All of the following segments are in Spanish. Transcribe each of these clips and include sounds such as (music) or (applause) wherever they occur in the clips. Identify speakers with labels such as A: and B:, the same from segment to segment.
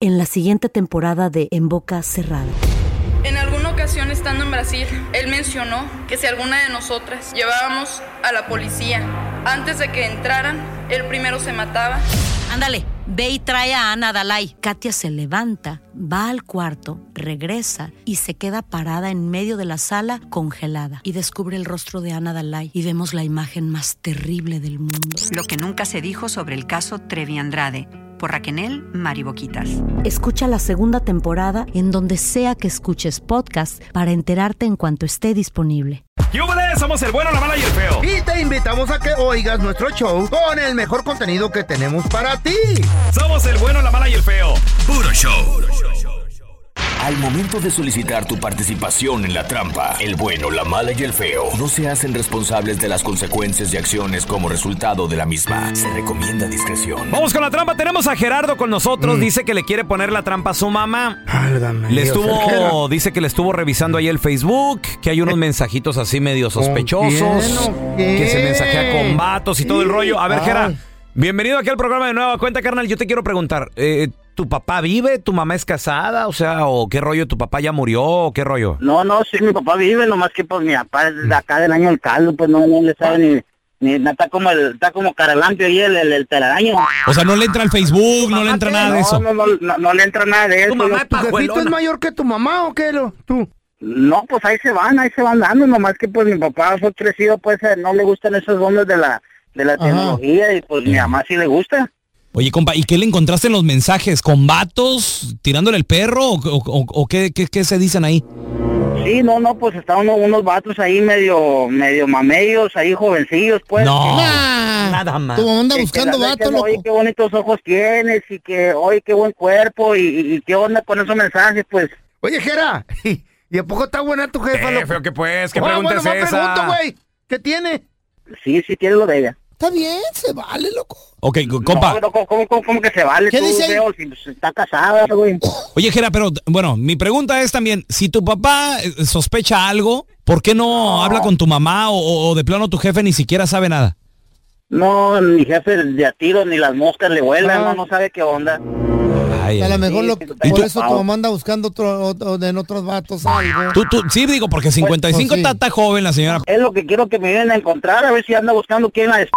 A: en la siguiente temporada de En Boca Cerrada.
B: En alguna ocasión estando en Brasil, él mencionó que si alguna de nosotras llevábamos a la policía antes de que entraran, él primero se mataba.
C: Ándale, ve y trae a Ana Dalai.
A: Katia se levanta, va al cuarto, regresa y se queda parada en medio de la sala congelada y descubre el rostro de Ana Dalai y vemos la imagen más terrible del mundo.
C: Lo que nunca se dijo sobre el caso Trevi Andrade, por Raquenel Mariboquitas.
A: Escucha la segunda temporada en donde sea que escuches podcast para enterarte en cuanto esté disponible.
D: ¡Yúbales! Somos el bueno, la mala y el feo.
E: Y te invitamos a que oigas nuestro show con el mejor contenido que tenemos para ti.
D: Somos el bueno, la mala y el feo.
F: Puro show. Al momento de solicitar tu participación en la trampa, el bueno, la mala y el feo no se hacen responsables de las consecuencias y acciones como resultado de la misma. Se recomienda discreción.
D: Vamos con la trampa. Tenemos a Gerardo con nosotros. Dice que le quiere poner la trampa a su mamá. Le estuvo, dice que le estuvo revisando ahí el Facebook, que hay
G: Eh,
D: unos mensajitos así medio sospechosos,
E: quién o qué?
D: que se mensajea con vatos y todo el
E: Sí.
D: rollo. A ver,
E: Ay.
D: Gerard, bienvenido aquí al programa de Nueva Cuenta, carnal. Yo te quiero preguntar, eh, ¿tu papá vive? ¿Tu mamá es casada? O sea, ¿o qué rollo? ¿Tu papá ya murió? ¿O qué rollo?
H: No, no, sí, mi papá vive, nomás que pues mi papá es de acá del año del caldo, pues no, no le sabe ni, ni no, está como el, está como caralampio ahí el, el, el telaraño.
G: O sea, no le entra al Facebook, no le entra
D: ¿qué?
G: nada de
H: No,
G: Ah, eso.
H: no, no, no, no le entra nada de eso.
D: mamá
H: yo-
D: es pa-
E: ¿Tu jefito
D: Abuelona.
E: es mayor que tu mamá o qué? Lo, tú.
H: no, pues ahí se van, ahí se van dando, nomás que pues mi papá fue crecido, pues eh, no le gustan esos hombres de la, de la tecnología y pues mi mamá sí le gusta.
G: Oye, compa, ¿y qué le encontraste en los mensajes? ¿Con vatos? ¿Tirándole el perro? ¿O, o- o- o qué, qué- qué se dicen ahí?
H: Sí, no, no, pues estaban uno- unos vatos ahí medio, medio mamellos, ahí jovencillos, pues.
G: No.
D: Nada más.
I: Tu mamá anda
H: que- que
I: buscando
H: le andan
I: vato,
H: diciendo,
I: loco.
H: Oye, qué bonitos ojos tienes y que, oye, qué buen cuerpo y, y- y qué onda con esos mensajes, pues.
E: Oye, Jera, ¿y a poco está buena tu
G: Este
E: jefa?
D: Eh,
E: loco?
D: feo que pues, ¿qué
E: Ah,
D: pregunta
E: bueno,
D: es
E: más
D: esa?
E: pregunto, güey. ¿Qué tiene?
H: Sí, sí, tiene lo de ella.
I: Está bien, se vale, loco.
G: Ok, co- compa.
H: No, pero ¿cómo, cómo, cómo- cómo que se vale?
I: ¿Qué
H: tú,
I: dice ahí?
H: Leo, si pues, está casada, güey.
G: Oye, Jera, pero bueno, mi pregunta es también, si tu papá eh, sospecha algo, ¿por qué no habla con tu mamá o, o- o de plano tu jefe ni siquiera sabe nada?
H: No, ni jefe de a tiro, ni las moscas le vuelan, no, no sabe qué onda.
G: Ay,
I: A
G: ay.
I: lo Ah. mejor
H: Sí,
I: lo-
H: sí,
I: por
H: está bien.
I: eso tu mamá anda buscando otro, otro- en otros vatos algo.
G: Tú, tú- sí, digo, porque 55
I: pues sí.
G: está está joven la señora.
H: Es lo que quiero que me vienen a encontrar, a ver si anda buscando quién la es.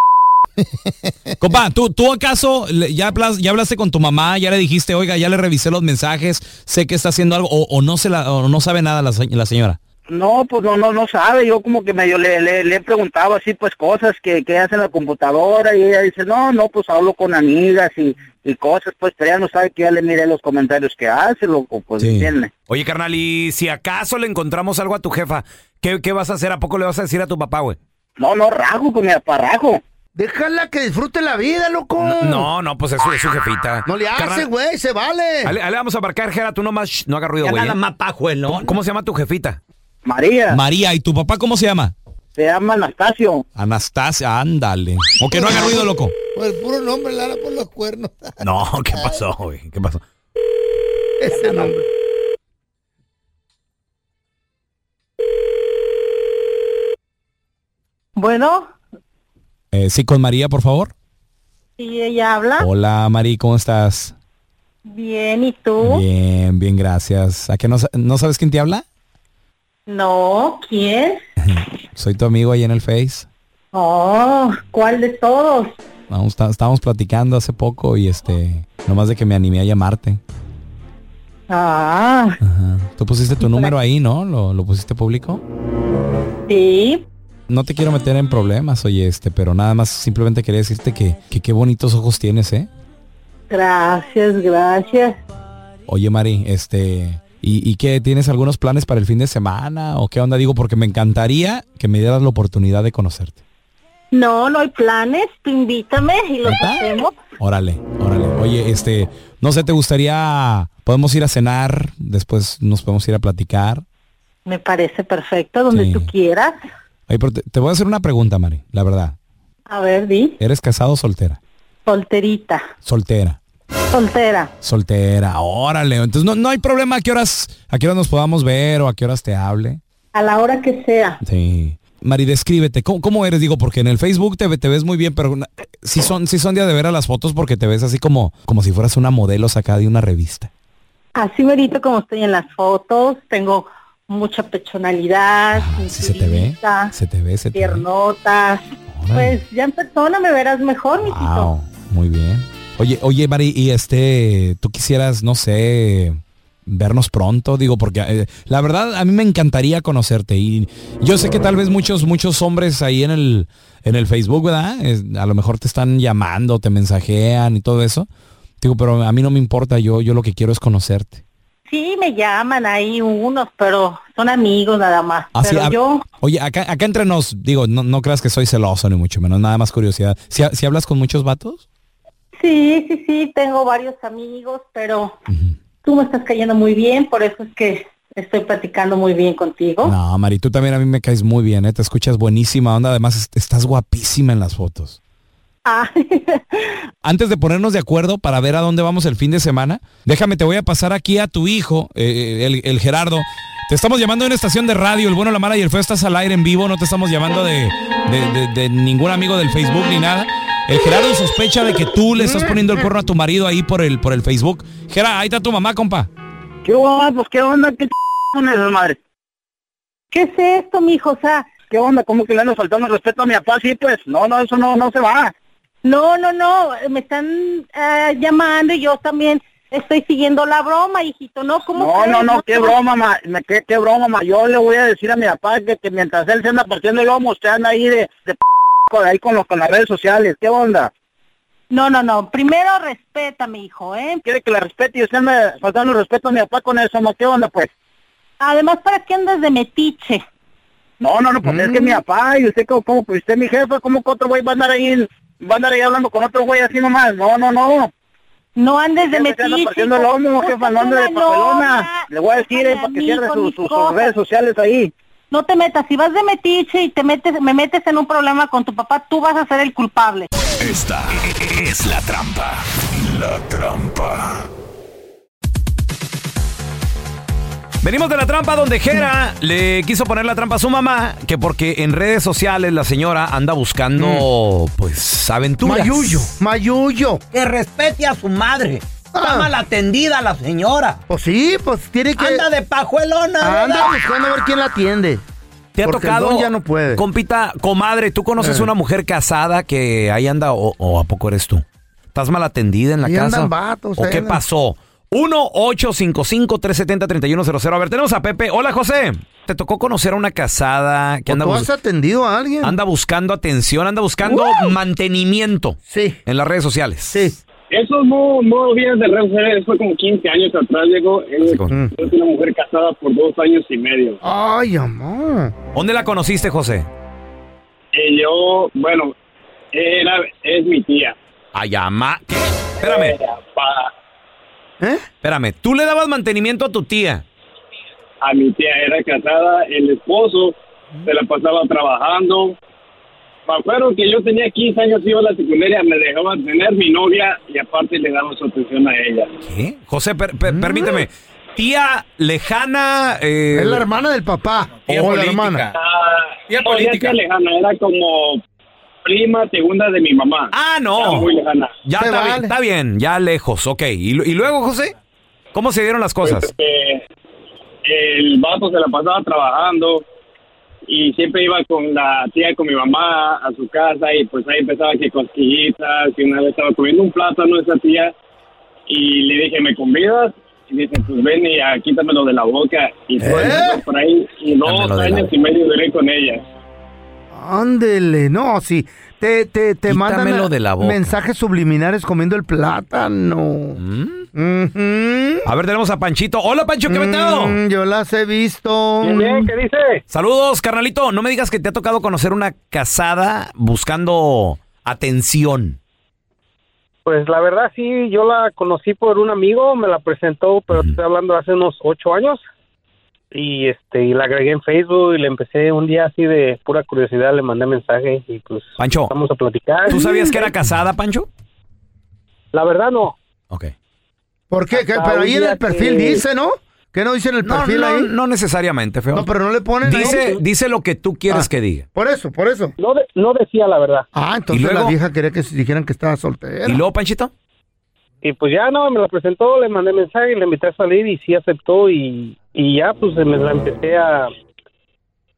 G: Compa, ¿tú, tú acaso le- ya, hablas- ya hablaste con tu mamá? ¿Ya le dijiste, oiga, ya le revisé los mensajes, sé que está haciendo algo o, o no, se la, o no sabe nada la, se- la señora?
H: No, pues no, no, no sabe. Yo como que medio le, le, le he preguntado así, pues cosas que, que hace en la computadora y ella dice, no, no, pues hablo con amigas y, y cosas, pues pero ella no sabe que ya le mire los comentarios que hace, loco, pues
G: Sí.
H: entiende.
D: Oye, carnal, y si acaso le encontramos algo a tu jefa, ¿qué, qué vas a hacer? ¿A poco le vas a decir a tu papá, güey?
H: No, no, rajo con mi aparrajo.
E: Déjala que disfrute la vida, loco.
D: No, no, pues eso es su jefita.
E: Oh. No le hace,
D: Carnal,
E: güey, se vale.
D: Ale, ale, vamos a marcar, Jera, tú nomás, shh, no haga ruido, güey. ¿eh? ¿Cómo, cómo se llama tu jefita?
H: María,
G: María, ¿y tu papá cómo se llama?
H: se llama Anastasio.
G: Anastasia, ándale. O que no haga ruido, loco.
I: Por el puro nombre, Lara, por los cuernos.
D: No, ¿qué pasó, güey? ¿Qué pasó?
E: Ese nombre.
B: Bueno,
G: Eh, sí, con María, por favor.
B: y ella
E: Ah.
B: habla.
G: Hola, María, ¿cómo estás?
B: Bien, ¿y tú?
G: Bien, bien, gracias. ¿A qué no, sa- no sabes quién te habla?
B: No, ¿quién?
G: Soy tu amigo ahí en el Face.
B: Oh, ¿cuál de todos?
G: Vamos, está- estábamos platicando hace poco y este, nomás de que me animé a llamarte.
B: Ah,
G: Ajá. Tú pusiste tu número ahí, ¿no? ¿Lo, lo pusiste público?
B: sí.
G: No te quiero meter en problemas, oye, este, pero nada más simplemente quería decirte que, que qué bonitos ojos tienes, ¿eh?
B: Gracias, gracias.
G: Oye, Mari, este, ¿y, ¿y qué? ¿Tienes algunos planes para el fin de semana o qué onda? Digo, porque me encantaría que me dieras la oportunidad de conocerte.
B: No, no hay planes. Tú invítame y los
G: ¿Neta?
B: hacemos.
G: Órale, órale. Oye, este, no sé, ¿te gustaría, podemos ir a cenar, después nos podemos ir a platicar?
B: Me parece perfecto, donde
G: Sí.
B: tú quieras.
G: Oye, pero te, te voy a hacer una pregunta, Mari, la verdad.
B: A ver, di.
G: ¿Eres casado o soltera?
B: Solterita.
G: Soltera.
B: Soltera.
G: Soltera, órale. Entonces no, no hay problema a qué horas, a qué horas nos podamos ver o a qué horas te hable.
B: A la hora que sea.
G: Sí. Mari, descríbete, ¿cómo, cómo eres? Digo, porque en el Facebook te, ve- te ves muy bien, pero si son, sí son de a de ver a las fotos porque te ves así como, como si fueras una modelo sacada de una revista.
B: así merito como estoy en las fotos, tengo mucha pechonalidad,
J: Ah, Sí, se te ve.
B: cinturita,
J: Se te ve, se te ve.
B: piernotas. Pues ya en persona me verás mejor, mi
J: Wow, muy bien. Oye, oye, Mari, y este, tú quisieras, no sé, vernos pronto, digo, porque eh, la verdad a mí me encantaría conocerte y yo sé que tal vez muchos, muchos hombres ahí en el, en el Facebook, ¿verdad? Es- a lo mejor te están llamando, te mensajean y todo eso. Digo, pero a mí no me importa, yo, yo lo que quiero es conocerte.
B: Sí, me llaman ahí unos, pero son amigos nada más.
J: Así,
B: pero
J: Ah, a-
B: yo,
J: Oye, acá, acá entre nos, digo, no, no creas que soy celoso ni mucho menos, nada más curiosidad. Si, ha- si hablas con muchos vatos,
B: sí, sí, sí, tengo varios amigos, pero tú me estás cayendo muy bien, por eso es que estoy platicando muy bien contigo.
J: No, Mari, tú también a mí me caes muy bien, ¿eh? te escuchas buenísima onda, además est- estás guapísima en las fotos.
B: Ah, (laughs)
J: Antes de ponernos de acuerdo para ver a dónde vamos el fin de semana, déjame, te voy a pasar aquí a tu hijo, eh, el, el Gerardo. Te estamos llamando de una estación de radio, el bueno, la mala y el feo, estás al aire en vivo, no te estamos llamando de, de- de- de ningún amigo del Facebook ni nada. El Gerardo sospecha de que tú le estás poniendo el cuerno a tu marido ahí por el, por el Facebook. Gerardo, ahí está tu mamá, compa.
H: ¿Qué onda? Pues qué onda, qué ch- son esas madres.
B: ¿Qué es esto, mijo? O sea,
H: ¿qué onda? ¿Cómo que le ando faltando el respeto a mi papá? Sí, pues, no, no, eso no, no se va.
B: no, no, no, me están ah, llamando y yo también estoy siguiendo la broma, hijito, ¿no? ¿Cómo
H: No,
B: crees?
H: no, no, qué
B: te-
H: broma, ma, me- qué, qué broma, ma. Yo le voy a decir a mi papá que, que mientras él se anda partiendo el lomo, usted anda ahí de, de p- con, ahí con, los, con las redes sociales, ¿qué onda?
B: No, no, no, primero respétame, hijo, ¿eh?
H: Quiere que la respete y usted me faltando el respeto a mi papá con eso, ma, ¿qué onda, pues?
B: Además, ¿para qué andas de metiche?
H: No, no, no, pues es que
B: Mm.
H: mi papá y usted, ¿cómo, cómo, pues usted es mi jefe, ¿cómo que otro güey va a andar ahí, va a andar ahí hablando con otro güey así nomás? No, no, no.
B: No andes
H: de metiche. partiendo el lomo, jefa, no ande de
B: una
H: papelona.
B: novia,
H: Le voy a decir, eh,
B: déjame
H: para que
B: a mí
H: cierre
B: con
H: su-
B: mis
H: su- sus
B: cosas.
H: redes sociales ahí.
B: No te metas, si vas de metiche y te metes, me metes en un problema con tu papá, tú vas a ser el culpable.
K: Esta es la trampa. La trampa.
G: Venimos de la trampa donde Jera le quiso poner la trampa a su mamá, que porque en redes sociales la señora anda buscando, pues, aventuras.
E: Mm. Mayuyo, Mayuyo.
L: Que respete a su madre. Está mal atendida la señora.
E: Pues sí, pues tiene Ah. que.
L: Anda de pajuelona.
E: Anda
L: ¿verdad?
E: buscando a ver quién la atiende.
G: ¿Te ha
E: Porque el
G: tocado?
E: don ya no puede.
G: Compita, comadre, ¿tú conoces
E: Eh.
G: una mujer casada que ahí anda o, o a poco eres tú? ¿Estás mal atendida en la
E: Ahí
G: casa?
E: andan vatos,
G: ¿O
E: ahí
G: qué
E: andan.
G: pasó? 1-855-370-3100. A ver, tenemos a Pepe. Hola, José. ¿Te tocó conocer a una casada que
E: ¿O
G: anda,
E: tú
G: bus-
E: has atendido a alguien?
G: anda buscando atención, anda buscando mantenimiento
E: Sí,
G: en las redes sociales?
E: sí.
M: Esos no, no días de redes sociales fue como 15 años atrás, llegó
G: Así
M: Él
G: como-
E: Mm.
M: es una mujer casada por dos años y medio.
E: Ay, amor.
G: ¿Dónde la conociste, José?
M: Y yo, bueno, era, es mi tía.
G: Ayama. ¿Qué? Espérame,
M: Era pa-
E: ¿Eh?
G: espérame. Tú le dabas mantenimiento a tu tía.
M: a mi tía era casada, el esposo se la pasaba trabajando. Me acuerdo que yo tenía 15 años, iba a la secundaria, me dejaba tener mi novia y aparte le daba su atención a ella.
G: ¿Qué? José, per-
E: Mm.
G: per- permíteme. Tía lejana. eh,
E: Es la hermana del papá.
G: Tía
E: o la
G: política.
E: hermana.
M: Ah,
G: Tía
M: no, ya
G: política.
M: tía lejana, era como prima segunda de mi mamá.
G: Ah,
M: Era
G: no.
M: muy lejana.
G: Ya
E: Se
G: está, bien,
E: vale.
G: está bien, ya lejos, ok. ¿Y, lu- y luego, José? ¿Cómo se dieron las cosas?
M: Este, el vato se la pasaba trabajando y siempre iba con la tía, con mi mamá a su casa y pues ahí empezaba que cosquillitas y una vez estaba comiendo un plátano esa tía y le dije, ¿me convidas? Y dice, pues ven y ah, quítamelo de la boca y todo
E: ¿Eh?
M: eso por ahí y dos
G: Quítamelo de la
M: años
G: boca.
M: y medio duré con ella.
E: Ándele, no, sí. Te, te, te mandan eh,
G: Quítamelo de la boca.
E: mensajes subliminares comiendo el plátano.
G: ¿Mm?
E: Ujú.
G: A ver, tenemos a Panchito. Hola, Pancho, ¿qué metado?
E: Mm, yo las he visto.
M: ¿qué dice?
G: Saludos, carnalito. No me digas que te ha tocado conocer una casada buscando atención.
M: Pues la verdad sí, yo la conocí por un amigo, me la presentó, pero te estoy hablando hace unos ocho años. Y este, y la agregué en Facebook y le empecé un día así de pura curiosidad, le mandé mensaje y pues
G: Pancho,
M: vamos a platicar.
G: ¿tú sabías que era casada, Pancho?
M: La verdad no.
G: Ok.
E: ¿Por qué? ¿Qué?
M: Hasta
E: Pero
M: un
E: ahí en
M: día
E: el perfil
M: que-
E: dice, ¿no? ¿Qué no dice en el
G: No,
E: perfil
G: no,
E: ahí?
G: no necesariamente, feo.
E: No, pero no le ponen ahí.
G: dice, dice lo que tú quieres
E: Ah.
G: que diga.
E: Por eso, por eso.
M: No, de- no decía la verdad.
E: Ah, entonces
G: luego?
E: la vieja quería que se dijeran que estaba soltera.
G: ¿Y luego, Panchito?
I: Y pues ya no, me la presentó, le mandé mensaje, y la invité a salir y sí aceptó y, y ya pues me la empecé a,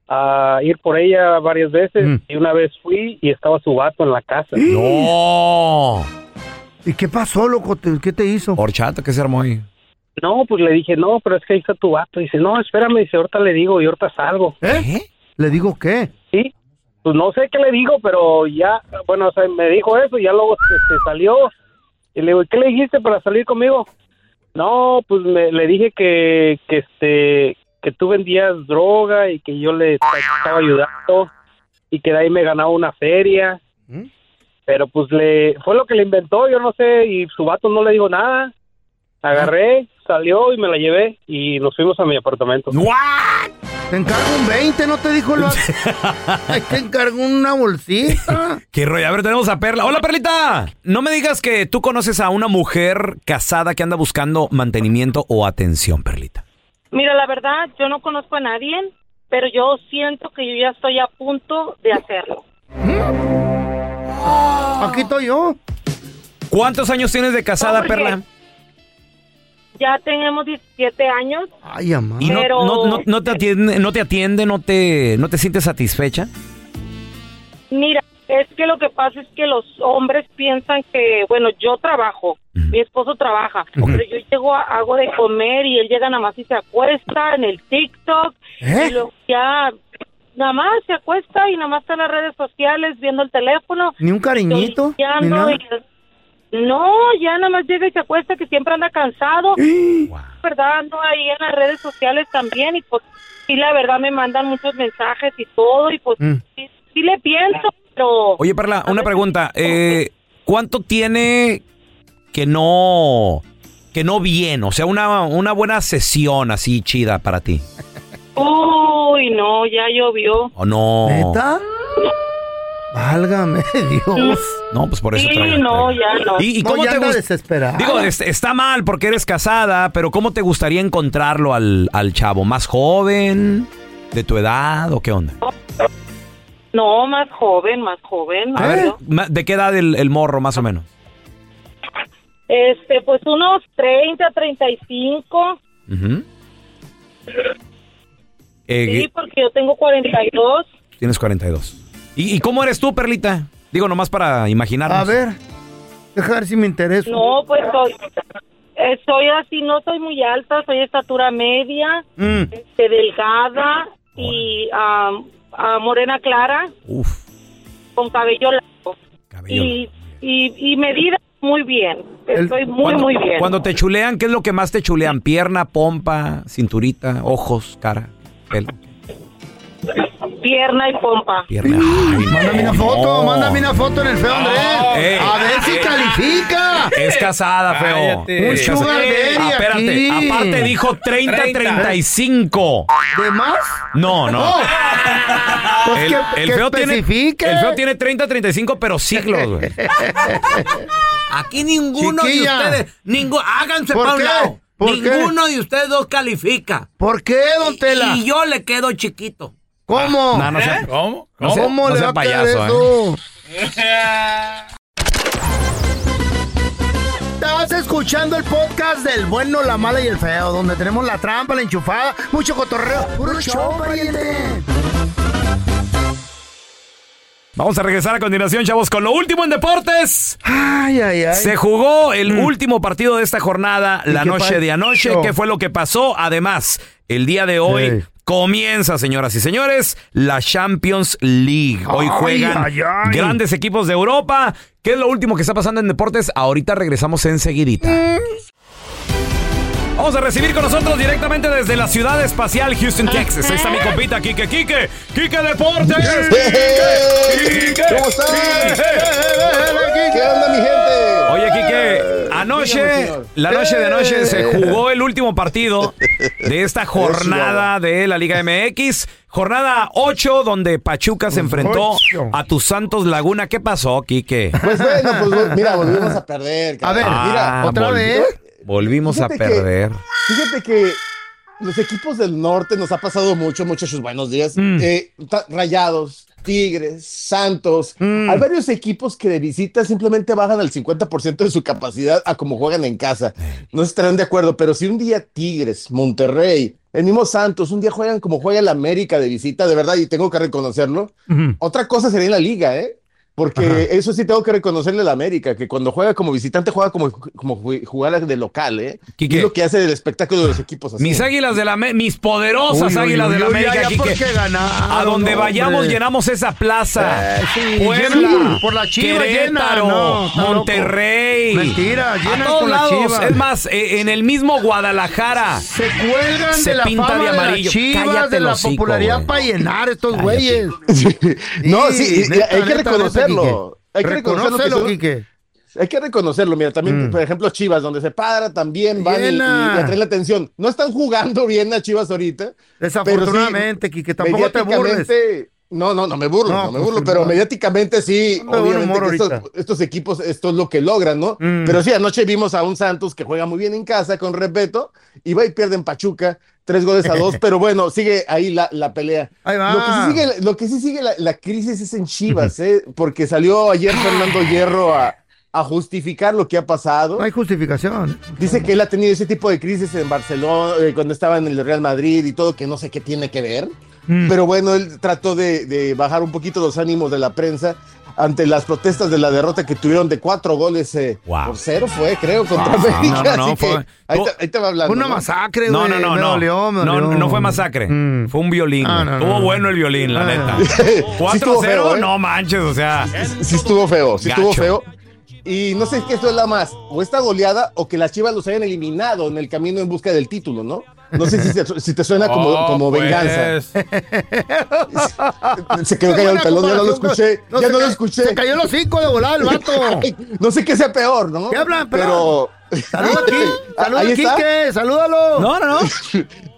I: a ir por ella varias veces y una vez fui y estaba su vato en la casa.
G: ¡No!
E: ¿Y qué pasó, loco? ¿Te- ¿Qué te hizo?
G: Horchata, ¿qué se armó ahí?
I: No, pues le dije, no, pero es que ahí está tu vato. Dice, no, espérame, dice, ahorita le digo y ahorita salgo.
E: ¿Eh? ¿Le digo qué?
I: Sí, pues no sé qué le digo, pero ya, bueno, o sea, me dijo eso y ya luego se, se salió. Y le digo, ¿y ¿qué le dijiste para salir conmigo? No, pues me- le dije que, que este, que tú vendías droga y que yo le estaba ayudando y que de ahí me ganaba una feria. Pero pues le, fue lo que le inventó, yo no sé, y su vato no le dijo nada. Agarré, salió y me la llevé y nos fuimos a mi apartamento.
E: Te encargo un 20, ¿no te dijo (laughs) lo? Ay, te encargo una (laughs) bolsita.
G: Qué rollo. A ver, tenemos a Perla. Hola, Perlita. No me digas que tú conoces a una mujer casada que anda buscando mantenimiento o atención, Perlita.
N: Mira, la verdad, yo no conozco a nadie, pero yo siento que yo ya estoy a punto de hacerlo.
E: Aquí estoy yo.
G: ¿Cuántos años tienes de casada,
N: Oye.
G: Perla?
N: Ya tenemos 17 años.
E: Ay, amá.
G: ¿Y no,
N: Pero-
G: no- no- no te atiende, no te atiende, no te, no te sientes satisfecha?
N: Mira, es que lo que pasa es que los hombres piensan que, bueno, yo trabajo, mi esposo trabaja, pero yo llego, a- hago de comer y él llega nada más y se acuesta en el TikTok y luego ya nada más se acuesta y nada más está en las redes sociales viendo el teléfono.
E: Ni un cariñito,
N: Y
E: ni
N: ando
E: nada.
N: y- no, ya nada más llega y se acuesta que siempre
G: (gasps)
N: anda cansado. ¿Verdad? Ando ahí en las redes sociales también y pues sí, la verdad me mandan muchos mensajes y todo y pues
G: Mm.
N: sí, sí le pienso, pero...
G: Oye, Perla, una pregunta. Eh, ¿Cuánto tiene que no, que no bien? O sea, una, una buena sesión así chida para ti.
N: Uy, no, ya llovió.
G: ¿O no?
E: ¿Neta? Válgame (laughs) Dios.
G: No, pues por eso
N: Sí,
G: traigo-
N: no, ya no.
G: ¿Y, y
E: No,
G: cómo
E: ya
G: te
E: anda
G: gust-
E: desesperada.
G: Digo, es- está mal porque eres casada, pero ¿cómo te gustaría encontrarlo al, al chavo? ¿Más joven? ¿De tu edad? ¿O qué onda?
N: No, más joven, más joven.
G: A
N: más
G: ver,
N: yo.
G: ma- ¿de qué edad el, el morro más o menos?
N: Este, pues unos 30, 35.
G: Ujú. Eh,
N: Sí, porque yo tengo 42.
G: Tienes 42. ¿Y, y cómo eres tú, Perlita? Digo, nomás para imaginarnos.
E: A ver, deja ver si me interesa.
N: No, pues soy, eh, soy así, no soy muy alta, soy estatura media,
E: Mm.
N: este, delgada y ah, ah, morena clara. Con cabello largo. y, y, y medida muy bien. Estoy muy,
G: Cuando-
N: muy bien.
G: Cuando te chulean, ¿qué es lo que más te chulean? ¿Pierna, pompa, cinturita, ojos, cara, pelo?
N: Pierna y pompa.
G: Pierna.
E: Mándame
G: Eh,
E: una foto, mándame una foto en el feo Andrés.
G: Ey.
E: a ver
G: eh,
E: si califica.
G: Es casada, feo.
E: Cállate.
G: Es
E: Un
G: casada.
E: sugar daddy
G: Ah, Espérate,
E: aquí.
G: aparte dijo 30,
E: 30.
G: 35.
E: ¿De más?
G: No, no.
E: Oh. Pues
G: el,
E: que-
G: el
E: que
G: feo tiene, el
E: especifique.
G: feo tiene 30, 35, pero
O: (laughs)
G: siglos, güey. Aquí
O: ninguno
E: Chiquilla.
O: de ustedes, ningú- háganse
E: ¿Por
O: para un
E: qué?
O: lado.
E: ¿Por
O: ninguno de ustedes dos califica.
E: ¿Por qué, don Tela?
O: Y, y yo le quedo chiquito.
E: ¿Cómo?
O: No,
G: Ah,
O: no sea-
E: ¿Eh?
O: ¿Cómo?
E: ¿Cómo,
O: ¿Cómo?
E: le
O: No sea
E: va a quedar
O: payaso,
G: ¿eh?
E: eso? Estás escuchando el podcast del bueno, la mala y el feo, donde tenemos la trampa, la enchufada, mucho cotorreo. ¡Puro show, pariente!
G: Vamos a regresar a continuación, chavos, con lo último en deportes.
E: Ay, ay, ay. Mm.
G: Se jugó el último partido de esta jornada,
E: ¿Y
G: la
E: qué
G: noche de anoche.
E: pasó?
G: ¿Qué fue lo que pasó? Además, el día de hoy comienza, señoras y señores, la Champions League. Hoy
E: Ay,
G: juegan
E: ay, ay.
G: grandes equipos de Europa. ¿Qué es lo último que está pasando en deportes? Ahorita regresamos enseguidita. Vamos a recibir con nosotros directamente desde la ciudad espacial Houston, Texas. Ahí está mi compita, Kike Kike. Kike Deportes.
F: ¿Cómo están? ¿Qué onda, mi gente?
G: Oye, Quique, anoche,
F: señor.
G: la noche de anoche
F: Eh.
G: se jugó el último partido de
F: (laughs)
G: esta jornada de la Liga MX. Jornada 8, donde Pachuca se enfrentó
F: Ocho.
G: a tus Santos Laguna. ¿Qué pasó, Quique?
F: Pues bueno, pues vol- mira, volvimos a perder. cabrón. mira,
G: Ah, volvi- Volvimos a
F: Fíjate que-
G: perder.
F: Fíjate que los equipos del norte nos ha pasado mucho, muchachos, buenos días. Eh, ta- rayados, Tigres, Santos. Hay varios equipos que de visita simplemente bajan al 50% de su capacidad a como juegan en casa. No estarán de acuerdo, pero si un día Tigres, Monterrey, el mismo Santos, un día juegan como juega el América de visita, de verdad, y tengo que reconocerlo. Otra cosa sería en la liga, ¿eh? Porque eso sí tengo que reconocerle al América, que cuando juega como visitante juega como, como ju- jugar de local, ¿eh?
G: Quique.
F: Es lo que hace el espectáculo de los equipos así.
G: Mis águilas de la Amé- mis poderosas
F: Pues Uy, uy,
G: águilas
F: uy,
G: de la
F: uy,
G: América.
F: ya, ya
G: Quique.
F: porque ganaron,
G: a donde
F: hombre.
G: vayamos llenamos esa plaza.
E: Eh, sí,
G: Puebla,
E: llena, por la Chiva llena,
G: Querétaro,
E: no, está loco.
G: Monterrey.
E: Mentira,
G: a
E: llena
G: todos
E: con la
G: lados.
E: Chiva.
G: Es más, eh, en el mismo Guadalajara.
E: Se cuelgan
G: Se
E: de la
G: pinta
E: fama
G: de
E: de, las
G: amarillo.
E: chivas,
G: Cállate
E: de
G: el
E: la
G: hocico,
E: popularidad
G: güey.
E: para llenar estos
G: Cállate.
E: güeyes.
F: No,
E: Sí,
F: sí, y- y
E: neta,
F: hay que
E: neta, neta, Quique.
F: reconocerlo. Hay que reconocerlo. que
E: Reconócelo,
F: son-
E: Quique.
F: Hay que reconocerlo, mira, también,
E: Mm.
F: por ejemplo, Chivas, donde se para también, van y, y- y
E: Llena.
F: atraen la atención. No están jugando bien a Chivas ahorita.
E: Desafortunadamente, Quique, tampoco te burles.
F: mediáticamente- No, no, no me burlo,
E: No,
F: no me
E: pues,
F: burlo,
E: no.
F: pero mediáticamente sí,
E: Ando de buen
F: obviamente
E: humor
F: que estos,
E: ahorita.
F: estos equipos, esto es lo que logran, ¿no?
E: Mm.
F: Pero sí, anoche vimos a un Santos que juega muy bien en casa, con respeto, y va y pierde en Pachuca, tres goles a dos, pero bueno, sigue ahí la, la pelea.
E: Ahí va.
F: Lo que sí sigue, lo que sí sigue la, la crisis es en Chivas, ¿eh? Porque salió ayer Fernando Hierro a, a justificar lo que ha pasado.
E: No hay justificación.
F: Dice que él ha tenido ese tipo de crisis en Barcelona, eh, cuando estaba en el Real Madrid y todo, que no sé qué tiene que ver.
E: Mm.
F: Pero bueno, él trató de, de bajar un poquito los ánimos de la prensa ante las protestas de la derrota que tuvieron de cuatro goles eh, por cero, fue, creo, contra
G: Ah, no,
F: América.
G: no,
F: (laughs) Así
G: no, fue-
F: que ahí, te, ahí te va hablando. ¿no?
G: No, no, no, no.
E: me
G: no,
E: dolió.
G: no fue masacre. Mm. Fue un violín.
E: Ah, no,
G: estuvo
E: no, no.
G: bueno el violín, la
E: Ah.
G: neta.
F: Sí
G: 4-0,
F: estuvo feo, ¿eh?
G: no manches, o sea.
F: Sí estuvo feo, sí estuvo
G: Gacho.
F: feo. Y no sé qué la más, o esta goleada o que las Chivas los hayan eliminado en el camino en busca del título, ¿no? No sé si, se- si te suena como,
E: Oh,
F: como
E: pues.
F: venganza. (laughs) Se quedó callado el pelón, ya no lo escuché.
E: No,
F: ya
E: se
F: no lo
E: ca-
F: escuché.
E: se cayó el hocico de volar el
F: (laughs)
E: vato.
F: no sé qué sea peor, ¿no?
E: ¿Qué hablan,
F: Pero. (laughs)
E: Saluda aquí. Saluda
F: Ahí
E: a
F: está.
E: Quique, salúdalo.
G: No, no, no.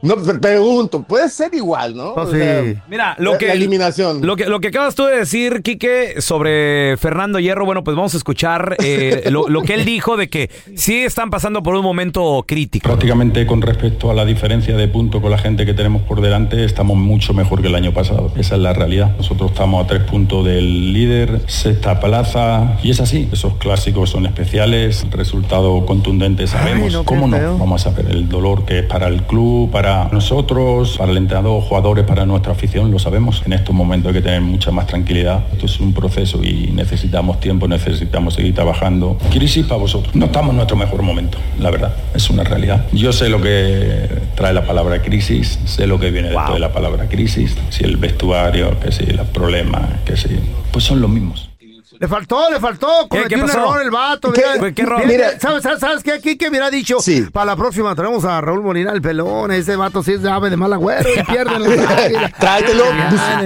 F: No, pero pregunto, puede ser igual, ¿no?
E: Pues
F: O sea,
E: sí.
G: Mira, lo
F: la-
G: que,
F: la eliminación.
G: Lo que, lo que acabas tú de decir, Quique, sobre Fernando Hierro, bueno, pues vamos a escuchar eh, lo, lo que él dijo de que sí están pasando por un momento crítico.
P: Prácticamente con respecto a la diferencia de punto con la gente que tenemos por delante, estamos mucho mejor que el año pasado. Esa es la realidad. Nosotros estamos a tres puntos del líder, sexta plaza, y es así. Esos clásicos son especiales, el resultado contundente sabemos.
Q: no, qué
P: ¿Cómo no?
Q: feo.
P: Vamos a ver el dolor que es para el club, para nosotros, para el entrenador, jugadores, para nuestra afición, lo sabemos. En estos momentos hay que tener mucha más tranquilidad. Esto es un proceso y necesitamos tiempo, necesitamos seguir trabajando. Crisis para vosotros. No estamos en nuestro mejor momento, la verdad. Es una realidad. Yo sé lo que trae la palabra crisis, sé lo que viene después de la palabra crisis. Si el vestuario, que si los problemas, que si... Pues son los mismos.
E: Le faltó, le faltó.
P: ¿Qué-
E: Cometió
P: qué
E: un
P: pasó?
E: error el vato.
P: ¿Qué-
E: mira.
P: qué error?
E: Mira,
P: Mira.
E: ¿sabes, sabes, sabes qué? Aquí que hubiera dicho, para la próxima traemos a Raúl Molina, el pelón. Ese vato sí es de ave de mal agüero y pierde
F: (laughs)
E: la
F: (laughs) Tráetelo.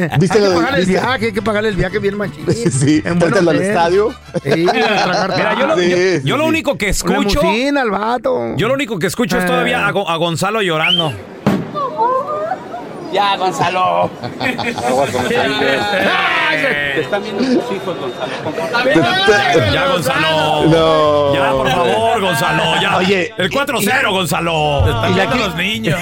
E: Hay que
F: ¿Viste lo de-
E: pagarle el
F: viste?
E: viaje, hay que pagarle el viaje bien machín.
F: (laughs) Sí,
E: En buen
F: tráetelo al
E: hotel.
F: estadio.
E: Sí, a tragar
G: Mira,
F: Ah,
G: yo lo,
E: tacos.
G: yo- yo lo único que escucho.
E: Lemusina al vato.
G: Yo lo único que escucho
F: Ah.
G: es todavía a, Go- a Gonzalo llorando.
O: Ya, Gonzalo. Aguas con los tigres.
G: Te
O: están viendo tus hijos, Gonzalo.
G: Ya, Gonzalo.
F: No.
G: Ya, por favor, Gonzalo. Ya.
F: Oye,
G: el 4-0, Gonzalo. Te están
F: y la
G: viendo
F: cri-
G: los niños.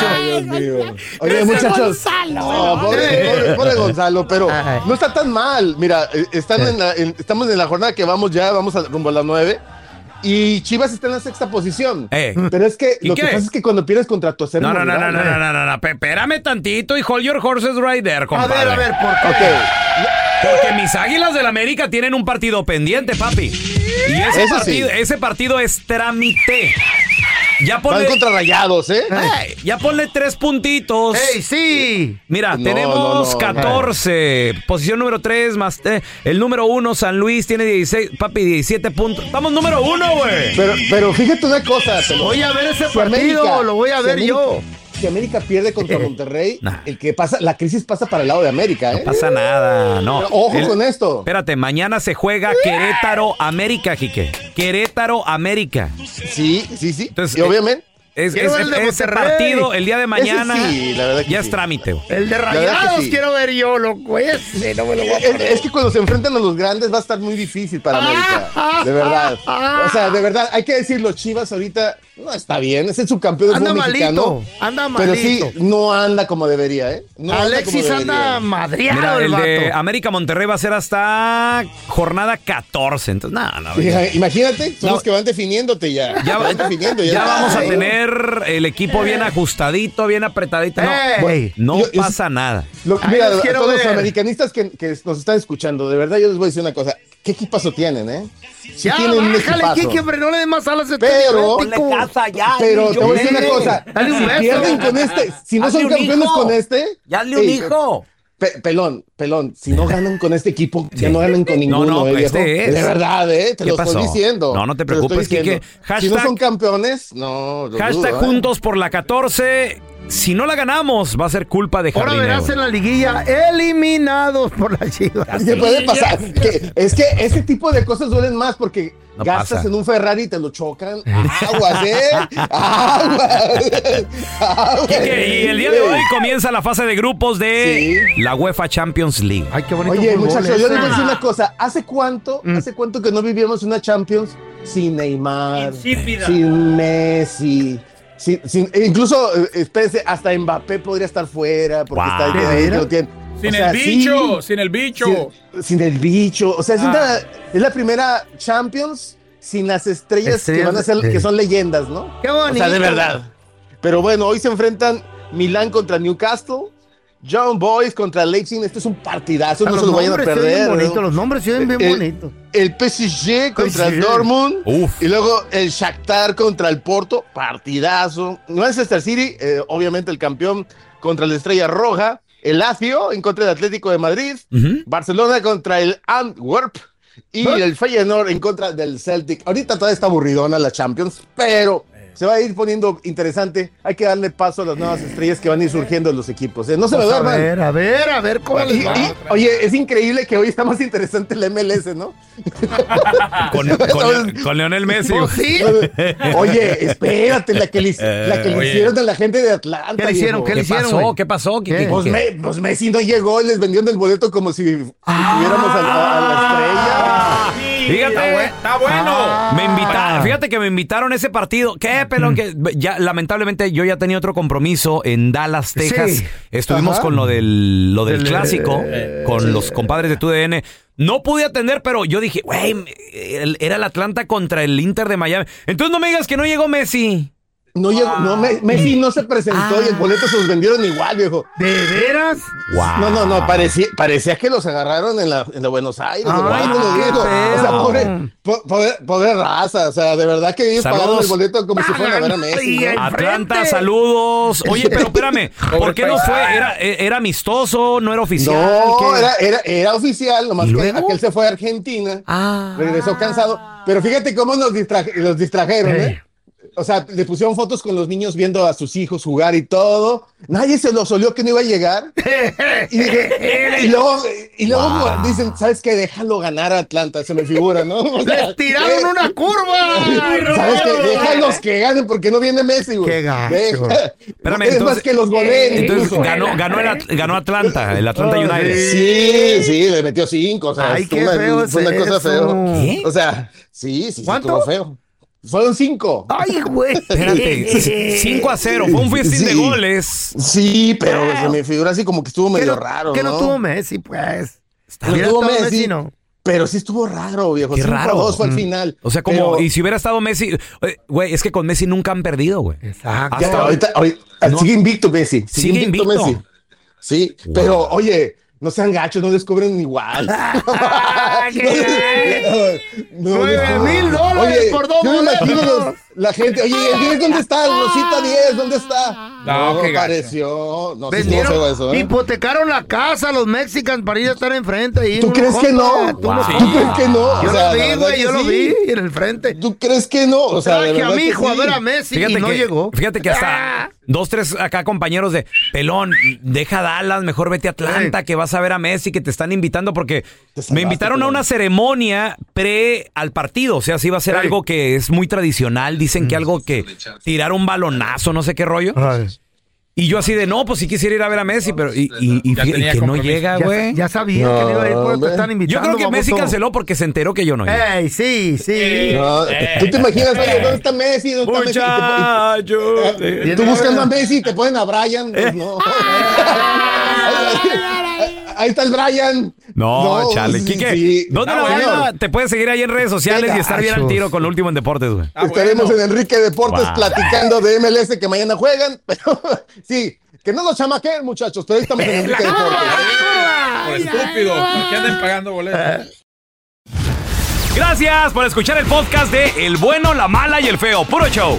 F: Ay, Dios mío. Oye,
G: Ese
F: muchachos.
G: Gonzalo.
F: No, pobre, pobre-
G: (laughs)
F: pobre Gonzalo, pero no está tan mal. Mira, eh, están en la- en- estamos en la jornada que vamos ya, vamos a- rumbo a las nueve. Y Chivas está en la sexta posición.
G: Eh.
F: Pero es que
G: ¿Y
F: lo que
G: qué?
F: pasa es que cuando pierdes contra tu acero
G: No, no, no, no,
F: rival,
G: no,
F: eh.
G: no, no, no, no, pe- Espérame tantito y hold your horses right there, compadre.
E: ver, a ver, ¿por qué?
G: Porque mis águilas del América tienen un partido pendiente, papi. Y ese,
F: Eso sí.
G: partido, ese partido es trámite. Ya
F: Van
G: ponle,
F: contra rayados, ¿eh?
G: Ey, ya ponle tres puntitos.
E: ¡Ey, sí!
G: Mira,
F: No,
G: tenemos
F: no, no,
G: 14. Posición número 3 más tres. El número 1, San Luis, tiene 16. Papi, 17 puntos. Estamos número 1, güey.
F: Pero, pero fíjate una cosa. te lo-
E: Voy a ver ese
F: Si
E: partido, lo voy a
F: si
E: ver
F: América-
E: yo.
F: Si América pierde contra Monterrey, el que pasa, la crisis pasa para el lado de América, ¿eh?
G: Eh. No pasa nada, no.
F: Pero ojo con esto.
G: Espérate, mañana se juega Querétaro América, Jique. Querétaro América.
F: Sí, sí, sí.
G: Entonces,
F: y
G: eh,
F: obviamente.
G: Es,
E: Quiero
G: es-
E: ver el de
G: ese
E: Monterrey.
G: partido el día de
E: Ese
G: mañana
E: sí, la verdad que
G: ya
E: sí.
G: es trámite. güey.
E: El de
F: La verdad que
E: rayados
F: sí.
E: quiero ver yo, loco. Ese no me lo voy a
F: Es,
E: perder.
F: es que cuando se enfrentan a los grandes va a estar muy difícil para América. De verdad. O sea, de verdad, hay que decirlo, Chivas ahorita no está bien, es el subcampeón del
E: Anda
F: fútbol mexicano.
E: malito, anda
F: Pero
E: malito.
F: sí, no anda como debería, ¿eh? No
E: Alexis
F: como debería.
E: anda madreado
G: Mira,
E: el,
G: el
E: vato.
G: de América Monterrey va a ser hasta jornada 14. Entonces, no, no.
F: (laughs) Fija-
G: Ya,
F: Imagínate, son los que van definiéndote ya.
G: Ya-
F: Te van definiendo,
G: ya
F: ya.
G: vamos a tener el equipo
E: Eh.
G: bien ajustadito, bien apretadito. No,
F: Eh.
G: güey, no
F: Yo- yo-
G: pasa nada.
F: Lo-
G: Ahí
F: mira,
G: los
F: a
G: quiero
F: todos los
G: ver.
F: americanistas que, que nos están escuchando, de verdad yo les voy a decir una cosa. ¿Qué equipazo tienen, eh? Sí
E: Ya,
F: tienen un
E: bájale,
F: equipazo.
E: Kike, hombre, no le des más alas este de
F: Pero- Ponle
L: casa ya,
F: Pero te
E: yo
F: voy a decir una
E: sé.
F: cosa.
E: Dale un
F: si
E: beso.
F: pierden con este, si no
E: Hazle
F: son
E: un
F: campeones
E: hijo.
F: con este.
E: Ya hazle un
F: ey,
E: hijo.
F: pe- pelón, pelón, si no ganan con este equipo, ya no ganan con
G: No,
F: ninguno.
G: no,
F: eh, viejo.
G: este es.
F: De verdad, eh, te
G: ¿Qué
F: lo
G: pasó?
F: estoy diciendo.
G: No, no te
F: lo estoy
G: preocupes, Kike.
F: diciendo. Si no
G: Hashtag-
F: son campeones, no. lo
G: Hashtag
F: dudo, eh.
G: juntos por la 14. Si no la ganamos, va a ser culpa de
E: Ahora
G: Jardine.
E: verás
G: güey.
E: en la liguilla eliminados por la Chivas.
F: ¿Qué puede pasar? Que- es que ese tipo de cosas duelen más porque
G: No
F: gastas
G: pasa.
F: en un Ferrari y te lo
G: (laughs)
F: chocan. Aguas, ¿eh? Aguas.
G: (laughs)
F: Ah, Aguas.
G: Quique, y el día de hoy comienza la fase de grupos de Eh, la UEFA Champions League.
E: Ay, qué bonito.
F: Oye, muchachos, yo les voy a decir
G: Ah.
F: una cosa. ¿Hace cuánto,
G: Mm.
F: hace cuánto que no vivíamos una Champions sin Neymar,
L: Insípida.
F: sin Messi? sin- sin- e incluso, eh, espérense, hasta Mbappé podría estar fuera porque
G: Wow.
F: está
G: ¿De
F: ahí.
G: veras?
Q: Sin el bicho, sin el bicho.
F: Sin, sin el bicho. O sea, es,
Q: Ah.
F: una- es la primera Champions sin las estrellas,
E: Estrellas
F: que van a ser,
E: de-
F: que son leyendas, ¿no?
E: Qué
F: O sea, de
E: bonito.
F: verdad. Pero bueno, hoy se enfrentan Milán contra Newcastle, John Boys contra Leipzig. Este es un partidazo,
E: A
F: no
E: los
F: se lo vayan a
E: nombres se
F: perder. ¿eh?
E: oyen
F: ¿no? Eh,
E: bonitos, los nombres se oyen bien
F: El-
E: bonitos.
F: El PSG contra el
E: PSG.
F: Dortmund y luego el Shakhtar contra el Porto, partidazo. Manchester City, eh, obviamente el campeón contra la Estrella Roja, el Lazio en contra del Atlético de Madrid, Barcelona contra el Antwerp y el Feyenoord en contra del Celtic. Ahorita todavía está aburridona la Champions, pero se va a ir poniendo interesante. Hay que darle paso a las nuevas estrellas que van a ir surgiendo en los equipos. eh. No se me
E: Pues a
F: duerman.
E: ver, a ver, a ver cómo
F: Y-
E: les va.
F: y- oye, es increíble que hoy está más interesante el MLS, ¿no?
G: Ah,
F: (laughs)
G: Con, con- con Leonel Messi.
F: Pues
G: güey.
F: sí. Oye, espérate, la que le, (laughs) la que le
G: Eh, Oye.
F: hicieron a la gente de Atlanta.
G: ¿Qué le hicieron?
F: viejo.
G: ¿Qué le hicieron, pasó? güey? ¿Qué pasó? ¿Qué- qué-
F: Pues,
G: qué?
F: Me- pues Messi no llegó y les vendieron el boleto como si tuviéramos a la, a la estrella.
G: Ah. Fíjate. Ah. Está bue- está
F: bueno.
G: Me
E: Ah.
G: invitaron, fíjate que me invitaron a ese partido. Qué pelón que ya lamentablemente yo ya tenía otro compromiso en Dallas, Texas.
E: Sí.
G: Estuvimos
E: Ajá.
G: con lo del lo del
E: Del,
G: clásico
E: eh,
G: con
E: sí.
G: los compadres de TUDN. No pude atender, pero yo dije, güey, el- era el Atlanta contra el Inter de Miami. Entonces no me digas que no llegó Messi.
F: No llegó, no, Me- Messi no se presentó y el
Q: Ah.
F: boleto se los vendieron igual, viejo.
E: ¿De veras?
F: No, no, no, parecía, parecía que los agarraron en la, en la Buenos Aires.
E: Ay,
F: güey,
E: no,
F: te Pues, lo
E: qué
F: digo. O sea,
E: feo.
F: pobre, po- pobre, pobre raza, o sea, de verdad que ellos
G: Saludos.
F: pagaron el boleto como si fueran a ver a Messi. ¿no?
G: Atlanta, saludos. Oye, pero
F: (laughs)
G: espérame, ¿por qué no fue? ¿Era, era amistoso? ¿No era oficial?
F: No,
G: ¿Qué?
F: era, era, era oficial, nomás que aquel se fue a Argentina, regresó cansado. Pero fíjate cómo nos, distraje- los distrajeron, ¿eh? O sea, le pusieron fotos con los niños viendo a sus hijos jugar y todo. Nadie se los olió que no iba a
G: (laughs)
F: llegar. Y, dije- y luego, y luego
E: Wow.
F: dicen, ¿sabes qué? Déjalo ganar a Atlanta, se me figura, ¿no? (laughs) O sea,
E: ¡Les tiraron
F: eh,
E: una curva!
F: ¿Sabes qué? Déjalos que ganen porque no viene Messi, güey.
E: Qué gacho.
F: Deja-
G: Espérame,
F: es más
G: entonces-
F: que los goleen.
G: Entonces
F: incluso.
G: ganó, ganó, el At- ganó Atlanta, el Atlanta
E: eh,
G: United.
F: Sí, sí, (laughs) le metió cinco. O sea,
G: Ay,
F: es
G: qué
F: una,
G: feo
F: fue una
G: es
F: cosa
G: eso.
F: feo.
G: ¿Qué?
F: O sea, sí, sí,
G: ¿Cuánto?
F: estuvo feo. Fueron cinco.
E: Ay, güey.
G: Espérate, 5 a 0, fue un festín de goles.
F: Sí, pero se me figura así como que estuvo medio raro.
E: Que
F: ¿no?
E: no tuvo Messi, pues.
F: No
E: Hubiera
F: tuvo
E: estado
F: Messi,
E: Messi, ¿no?
F: Pero sí estuvo raro, viejo.
G: Qué
F: Cinco a
G: raro.
F: dos fue al
G: Mm.
F: final.
G: O sea, como,
F: Pero-
G: y si hubiera estado Messi, eh, güey, es que con Messi nunca han perdido, güey.
E: Exacto.
F: Ya, ahorita- ahorita- Sigue invicto Messi. Sigue,
G: Sigue
F: invicto,
G: invicto.
F: Messi. Sí, pero oye, no sean gachos, no descubren igual. (laughs)
E: ¡Nueve mil dólares
F: Oye,
E: por dos
F: yo me imagino
E: boletos!
F: los- la gente, oye, ¿el 10 dónde está? Rosita 10, ¿dónde está?
Q: No, qué gacho.
F: apareció. No, sí estuvo
E: Vendieron,
F: feo eso, ¿eh?
E: hipotecaron la casa los mexicanos para ir a estar enfrente. Ahí
F: ¿Tú
E: en
F: crees
E: una
F: que
E: compra.
F: no?
E: Tú no-
F: ¿Tú crees que no? O
E: Yo
F: sea,
E: lo
F: la
E: vi,
F: verdad
E: güey,
F: que
E: yo lo
F: sí.
E: vi en el frente.
F: ¿Tú crees que no? O sea, de
E: Traje a
F: verdad
E: mi
F: que
E: hijo a
F: sí.
E: ver a Messi y no
G: que,
E: llegó.
G: Fíjate que hasta dos, tres acá compañeros de pelón, deja Dallas, mejor vete a Atlanta, que vas a ver a Messi, que te están invitando, porque me invitaron a una ceremonia pre al partido. O sea, sí va a ser algo que es muy tradicional, dicen que algo que tirar un balonazo, no sé qué rollo. Y yo así de, no, pues sí quisiera ir a ver a Messi, pero y, y- y
E: Ya
G: fí- y
E: tenía
G: que no
E: compromiso.
G: llega,
E: Ya-
G: güey.
E: ya sabía que no iba a ir, por eso te
G: hombre.
E: están invitando,
G: Yo creo que
E: baboso.
G: Messi canceló porque se enteró que yo no iba.
E: ¡Ey, sí, sí!
F: No, ¿Tú te imaginas, oye, dónde está Messi? ¿Dónde está Messi? Y te-
G: Muchacho.
F: Tú buscando a Messi y te ponen a Brian. pues no. Ahí está el Brian.
G: No,
F: No,
G: chale.
F: sí,
G: Quique,
F: sí.
G: ¿dónde
F: Ah,
G: la
F: bueno.
G: banda te puede seguir ahí en redes sociales y estar bien al
F: gachos.
G: tiro con lo último en deportes, güey?
F: Estaremos
E: Ah,
F: en Enrique Deportes
G: Wow.
F: platicando de MLS que mañana juegan, (laughs) pero sí, que no los chamaquen, muchachos, pero ahí estamos en Enrique Deportes.
Q: Por estúpido. ¿Por qué andan pagando boletos?
G: Gracias por escuchar el podcast de El Bueno, la Mala y el Feo. Puro show.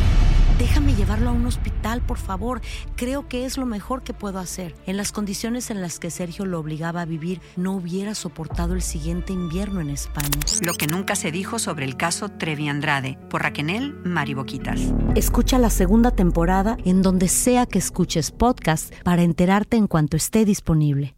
A: Déjame llevarlo a un hospital, por favor. Creo que es lo mejor que puedo hacer. En las condiciones en las que Sergio lo obligaba a vivir, no hubiera soportado el siguiente invierno en España.
C: Lo que nunca se dijo sobre el caso Trevi Andrade por Raquel Mariboquitas.
A: Escucha la segunda temporada en donde sea que escuches podcast para enterarte en cuanto esté disponible.